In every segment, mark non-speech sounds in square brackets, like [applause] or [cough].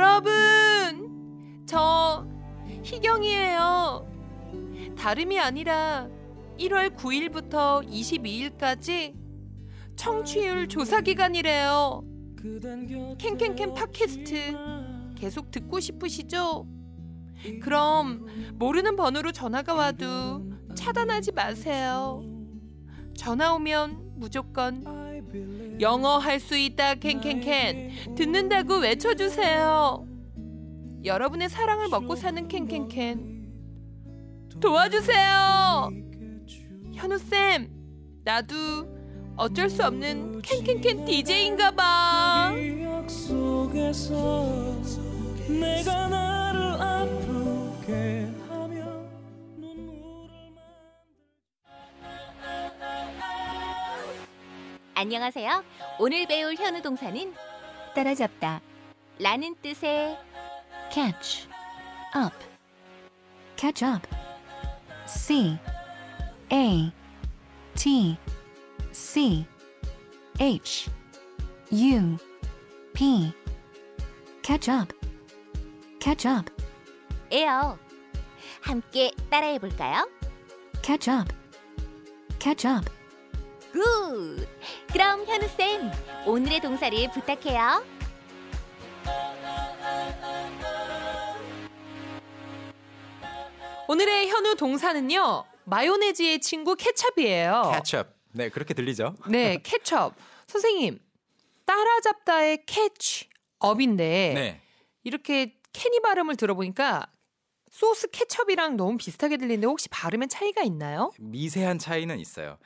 여러분! 저 희경이에요. 다름이 아니라 1월 9일부터 22일까지 청취율 조사 기간이래요. 캔캔캔 팟캐스트 계속 듣고 싶으시죠? 그럼 모르는 번호로 전화가 와도 차단하지 마세요. 전화 오면 무조건 영어 할 수 있다 캔캔캔 듣는다고 외쳐주세요. 여러분의 사랑을 먹고 사는 캔캔캔 도와주세요. 현우 쌤, 나도 어쩔 수 없는 캔캔캔 DJ인가 봐. 기억 속에서 내가 나를 아프게 하며 눈물을 안녕하세요. 오늘 배울 현우 동사는 따라잡다 라는 뜻의 catch up catch up c a t c h u p catch up catch up 에요. 함께 따라해 볼까요? catch up catch up 굿! 그럼 현우쌤, 오늘의 동사를 부탁해요. 오늘의 현우 동사는요. 마요네즈의 친구 케찹이에요. 캐첩. 네, 그렇게 들리죠? 네, 케첩. 선생님, 따라잡다의 캐치 업인데 네. 이렇게 캐니 발음을 들어보니까 소스 케첩이랑 너무 비슷하게 들리는데 혹시 발음에 차이가 있나요? 미세한 차이는 있어요.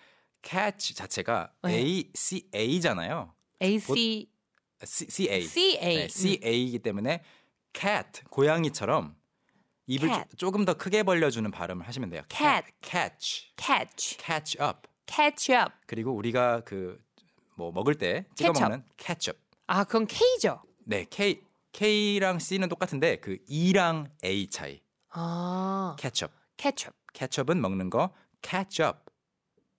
catch 자체가 네. A C A잖아요. A C C C A. C A 네, C A이기 때문에 cat 고양이처럼 입을 조- cat. 조금 더 크게 벌려 주는 발음을 하시면 돼요. cat. catch. catch catch up. catch up. 그리고 우리가 그 뭐 먹을 때 찍어 케첩. 먹는 ketchup. 아, 그건 K죠. 네, K K랑 C는 똑같은데 그 E랑 A 차이. 아, ketchup. 케첩. ketchup은 먹는 거 catch up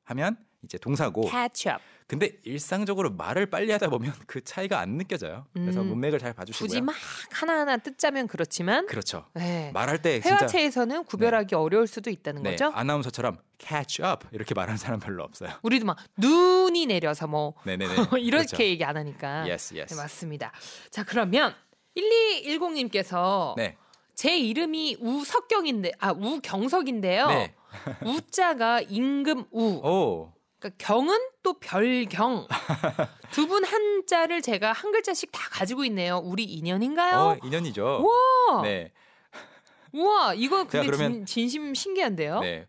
하면 이제 동사고 catch up. 근데 일상적으로 말을 빨리 하다 보면 그 차이가 안 느껴져요. 그래서 음. 문맥을 잘 봐주시고요. 굳이 막 하나하나 뜻자면 그렇지만 그렇죠. 네. 말할 때 진짜 회화체에서는 구별하기 어려울 수도 있다는 네, 거죠. 아나운서처럼 catch up 이렇게 말하는 사람 별로 없어요. [laughs] 우리도 막 눈이 내려서 뭐 네네네. [laughs] 이렇게 그렇죠. 얘기 안 하니까. Yes, yes. 네, 맞습니다. 자, 그러면 1210님께서 네. 제 이름이 우석경인데 아, 우경석인데요. 네. [laughs] 우자가 임금 우. 오. 그러니까 경은 또 [laughs] 별경. 두 분 한자를 제가 한 글자씩 다 가지고 있네요. 우리 어, 인연인가요? 인연이죠. 우와. 네. 우와, 이거 제가 근데 그러면- 진, 심 신기한데요. 네.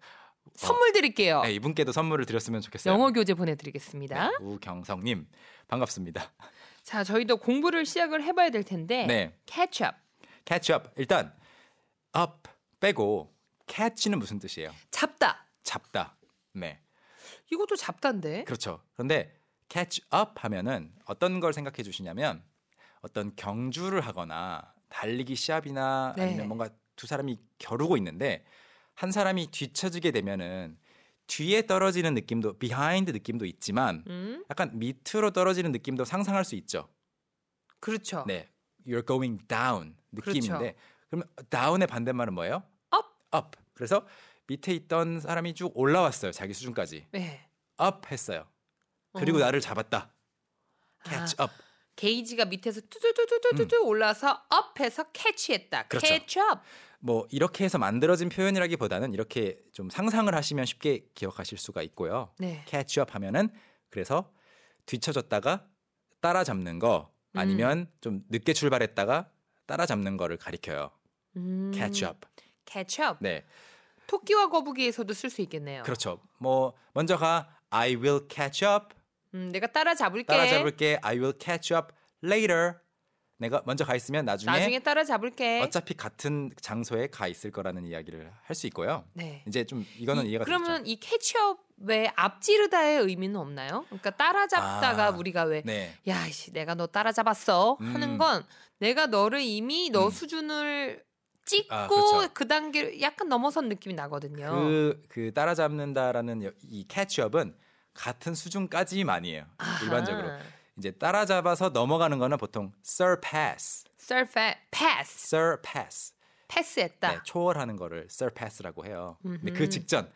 선물 드릴게요. 네, 이분께도 선물을 드렸으면 좋겠어요. 영어 교재 보내 드리겠습니다. 네, 우경성 님. 반갑습니다. 자, 저희도 공부를 시작을 해 봐야 될 텐데. 네. catch up. catch up. 일단 up 빼고 catch는 무슨 뜻이에요? 잡다. 잡다. 네. 이것도 잡단데. 그렇죠. 그런데 catch up 하면은 어떤 걸 생각해 주시냐면 어떤 경주를 하거나 달리기 시합이나 네. 아니면 뭔가 두 사람이 겨루고 있는데 한 사람이 뒤처지게 되면은 뒤에 떨어지는 느낌도 비하인드 느낌도 있지만 음, 약간 밑으로 떨어지는 느낌도 상상할 수 있죠. 그렇죠. 네. You're going down 느낌인데 그러면 down의 반대말은 뭐예요? Up. up. 그래서 밑에 있던 사람이 쭉 올라왔어요. 자기 수준까지. 네. up 했어요. 그리고 어. 나를 잡았다. catch up. 아, 음. 게이지가 밑에서 뚜두두두두두 올라서 업해서 캐치했다. 그렇죠. 캐치 업. 뭐 이렇게 해서 만들어진 표현이라기보다는 이렇게 좀 상상을 하시면 쉽게 기억하실 수가 있고요. 네. catch up 하면은 그래서 뒤쳐졌다가 따라잡는 거 아니면 음. 좀 늦게 출발했다가 따라잡는 거를 가리켜요. 음, catch up. 캐치 업. 네. 토끼와 거북이에서도 쓸 수 있겠네요. 그렇죠. 뭐 먼저 가 I will catch up. 음, 내가 따라잡을게. 따라잡을게. I will catch up later. 내가 먼저 가 있으면 나중에 네. 따라잡을게. 어차피 같은 장소에 가 있을 거라는 이야기를 할 수 있고요. 네. 이제 좀 이거는 이- 이해가 그러면 되죠. 이 캐치업의 앞지르다의 의미는 없나요? 그러니까 따라잡다가 아, 우리가 왜 네. 야, 씨, 내가 너 따라잡았어. 하는 음. 건 내가 너를 이미 너 음. 수준을 찍고 아, 그 그렇죠. 단계를 약간 넘어선 느낌이 나거든요. 그, 그 따라잡는다라는 여- 이 캐치업은 같은 수준까지만이에요. 아하. 일반적으로. 이제 따라잡아서 넘어가는 거는 보통 surpass. surpass surpass. 패스했다. 네, 초월하는 거를 surpass라고 해요. 근데 그 직전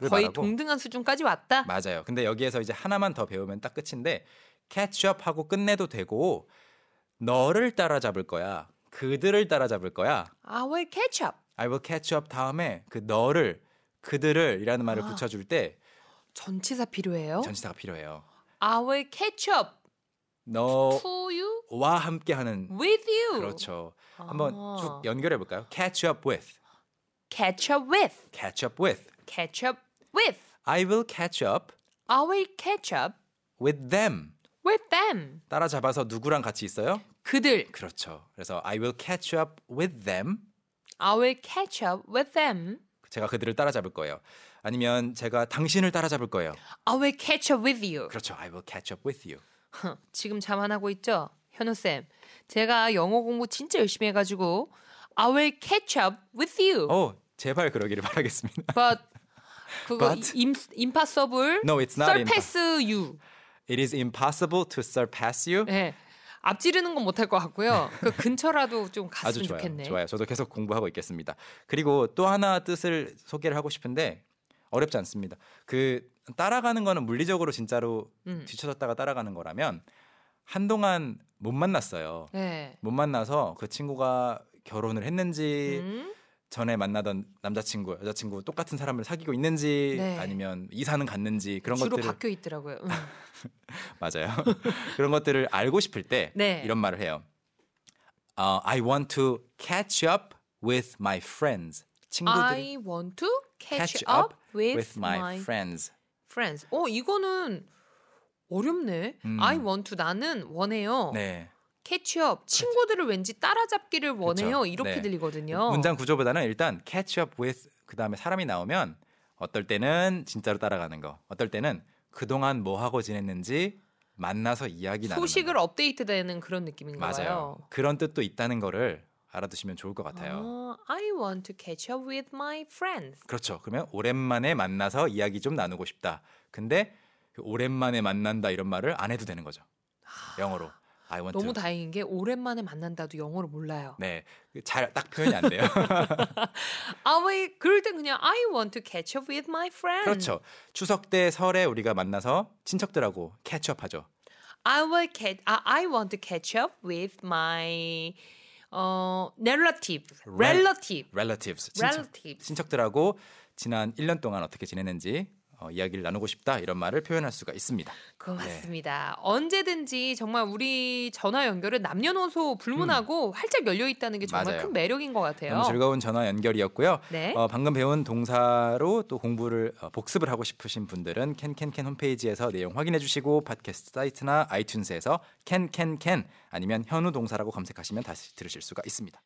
음. 거의 동등한 수준까지 왔다. 맞아요. 근데 여기에서 이제 하나만 더 배우면 딱 끝인데 catch up 하고 끝내도 되고 너를 따라잡을 거야. 그들을 따라잡을 거야. I will catch up. I will catch up 다음에 그 너를 그들을이라는 말을 아. 어? 붙여줄 때 전치사 필요해요. 전치사가 필요해요. I will catch up to 너와 you 함께하는 with you. 어? 그렇죠. 한번 음. 아. 쭉 연결해 볼까요? Catch up with, catch up with, catch up with. catch up with. I will catch up I will catch up with them. with them. 따라잡아서 누구랑 같이 있어요? 그들. 그렇죠. 그래서 I will catch up with them. I will catch up with them. 제가 그들을 따라잡을 거예요. 아니면 제가 당신을 따라잡을 거예요. I will catch up with you. [laughs] 그렇죠. I will catch up with you. 지금 자만하고 있죠? 현우쌤. 제가 영어 공부 진짜 열심히 해가지고 I will catch up with you. 어, 제발 그러기를 바라겠습니다. [laughs] But 그거 But? 임, impossible No, it's not surpass you. It is impossible to surpass you. 네. 앞지르는 건 못할 것 같고요. 그 근처라도 좀 아주 갔으면 좋아요. 좋겠네. 좋아요. 저도 계속 공부하고 있겠습니다. 그리고 또 하나 뜻을 소개를 하고 싶은데 어렵지 않습니다. 그 따라가는 거는 물리적으로 진짜로 음. 뒤쳐졌다가 따라가는 거라면 한동안 못 만났어요. 네. 못 만나서 그 친구가 결혼을 했는지 음? 전에 만나던 남자친구, 여자친구 똑같은 사람을 사귀고 있는지 네. 아니면 이사는 갔는지 그런 주로 것들을 바뀌어 있더라고요. 음. 맞아요. [laughs] 그런 것들을 알고 싶을 때 네. 이런 말을 해요. 어, I want to catch up with my friends. 친구들 I want to catch, up with, my, friends. friends. 어 이거는 어렵네. 음. I want to 나는 원해요. 네. catch up 친구들을 왠지 따라잡기를 원해요. 이렇게 네. 들리거든요. 문장 구조보다는 일단 catch up with 그다음에 사람이 나오면 어떨 때는 진짜로 따라가는 거. 어떨 때는 그동안 뭐 하고 지냈는지 만나서 이야기 나누는 소식을 거. 업데이트되는 그런 느낌인가 맞아요. 봐요. 그런 뜻도 있다는 거를 알아두시면 좋을 것 같아요. 아, I want to catch up with my friends. 그렇죠. 그러면 오랜만에 만나서 이야기 좀 나누고 싶다. 근데 그 오랜만에 만난다 이런 말을 안 해도 되는 거죠. 영어로. I want 아. 너무 to. 다행인 게 오랜만에 만난다도 영어를 몰라요. 네. 잘 딱 표현이 [laughs] 안 돼요. 아 왜 그럴 땐 그냥 I want to catch up with my friends. 그렇죠. 추석 때 설에 우리가 만나서 친척들하고 캐치업 하죠. I will catch. I, I want to catch up with my 어 relative. Rel- relative. relatives. Relatives. 친척, 들하고 지난 1년 동안 어떻게 지냈는지 어, 이야기를 나누고 싶다 이런 말을 표현할 수가 있습니다. 고맙습니다. 언제든지 정말 우리 전화 연결은 남녀노소 불문하고 활짝 열려 있다는 게 정말 음. 맞아요. 큰 매력인 것 같아요. 너무 즐거운 전화 연결이었고요. 네. 어, 방금 배운 동사로 또 공부를 어, 복습을 하고 싶으신 분들은 캔캔캔 홈페이지에서 내용 확인해 주시고 팟캐스트 사이트나 아이튠즈에서 캔캔캔 아니면 현우 동사라고 검색하시면 다시 들으실 수가 있습니다.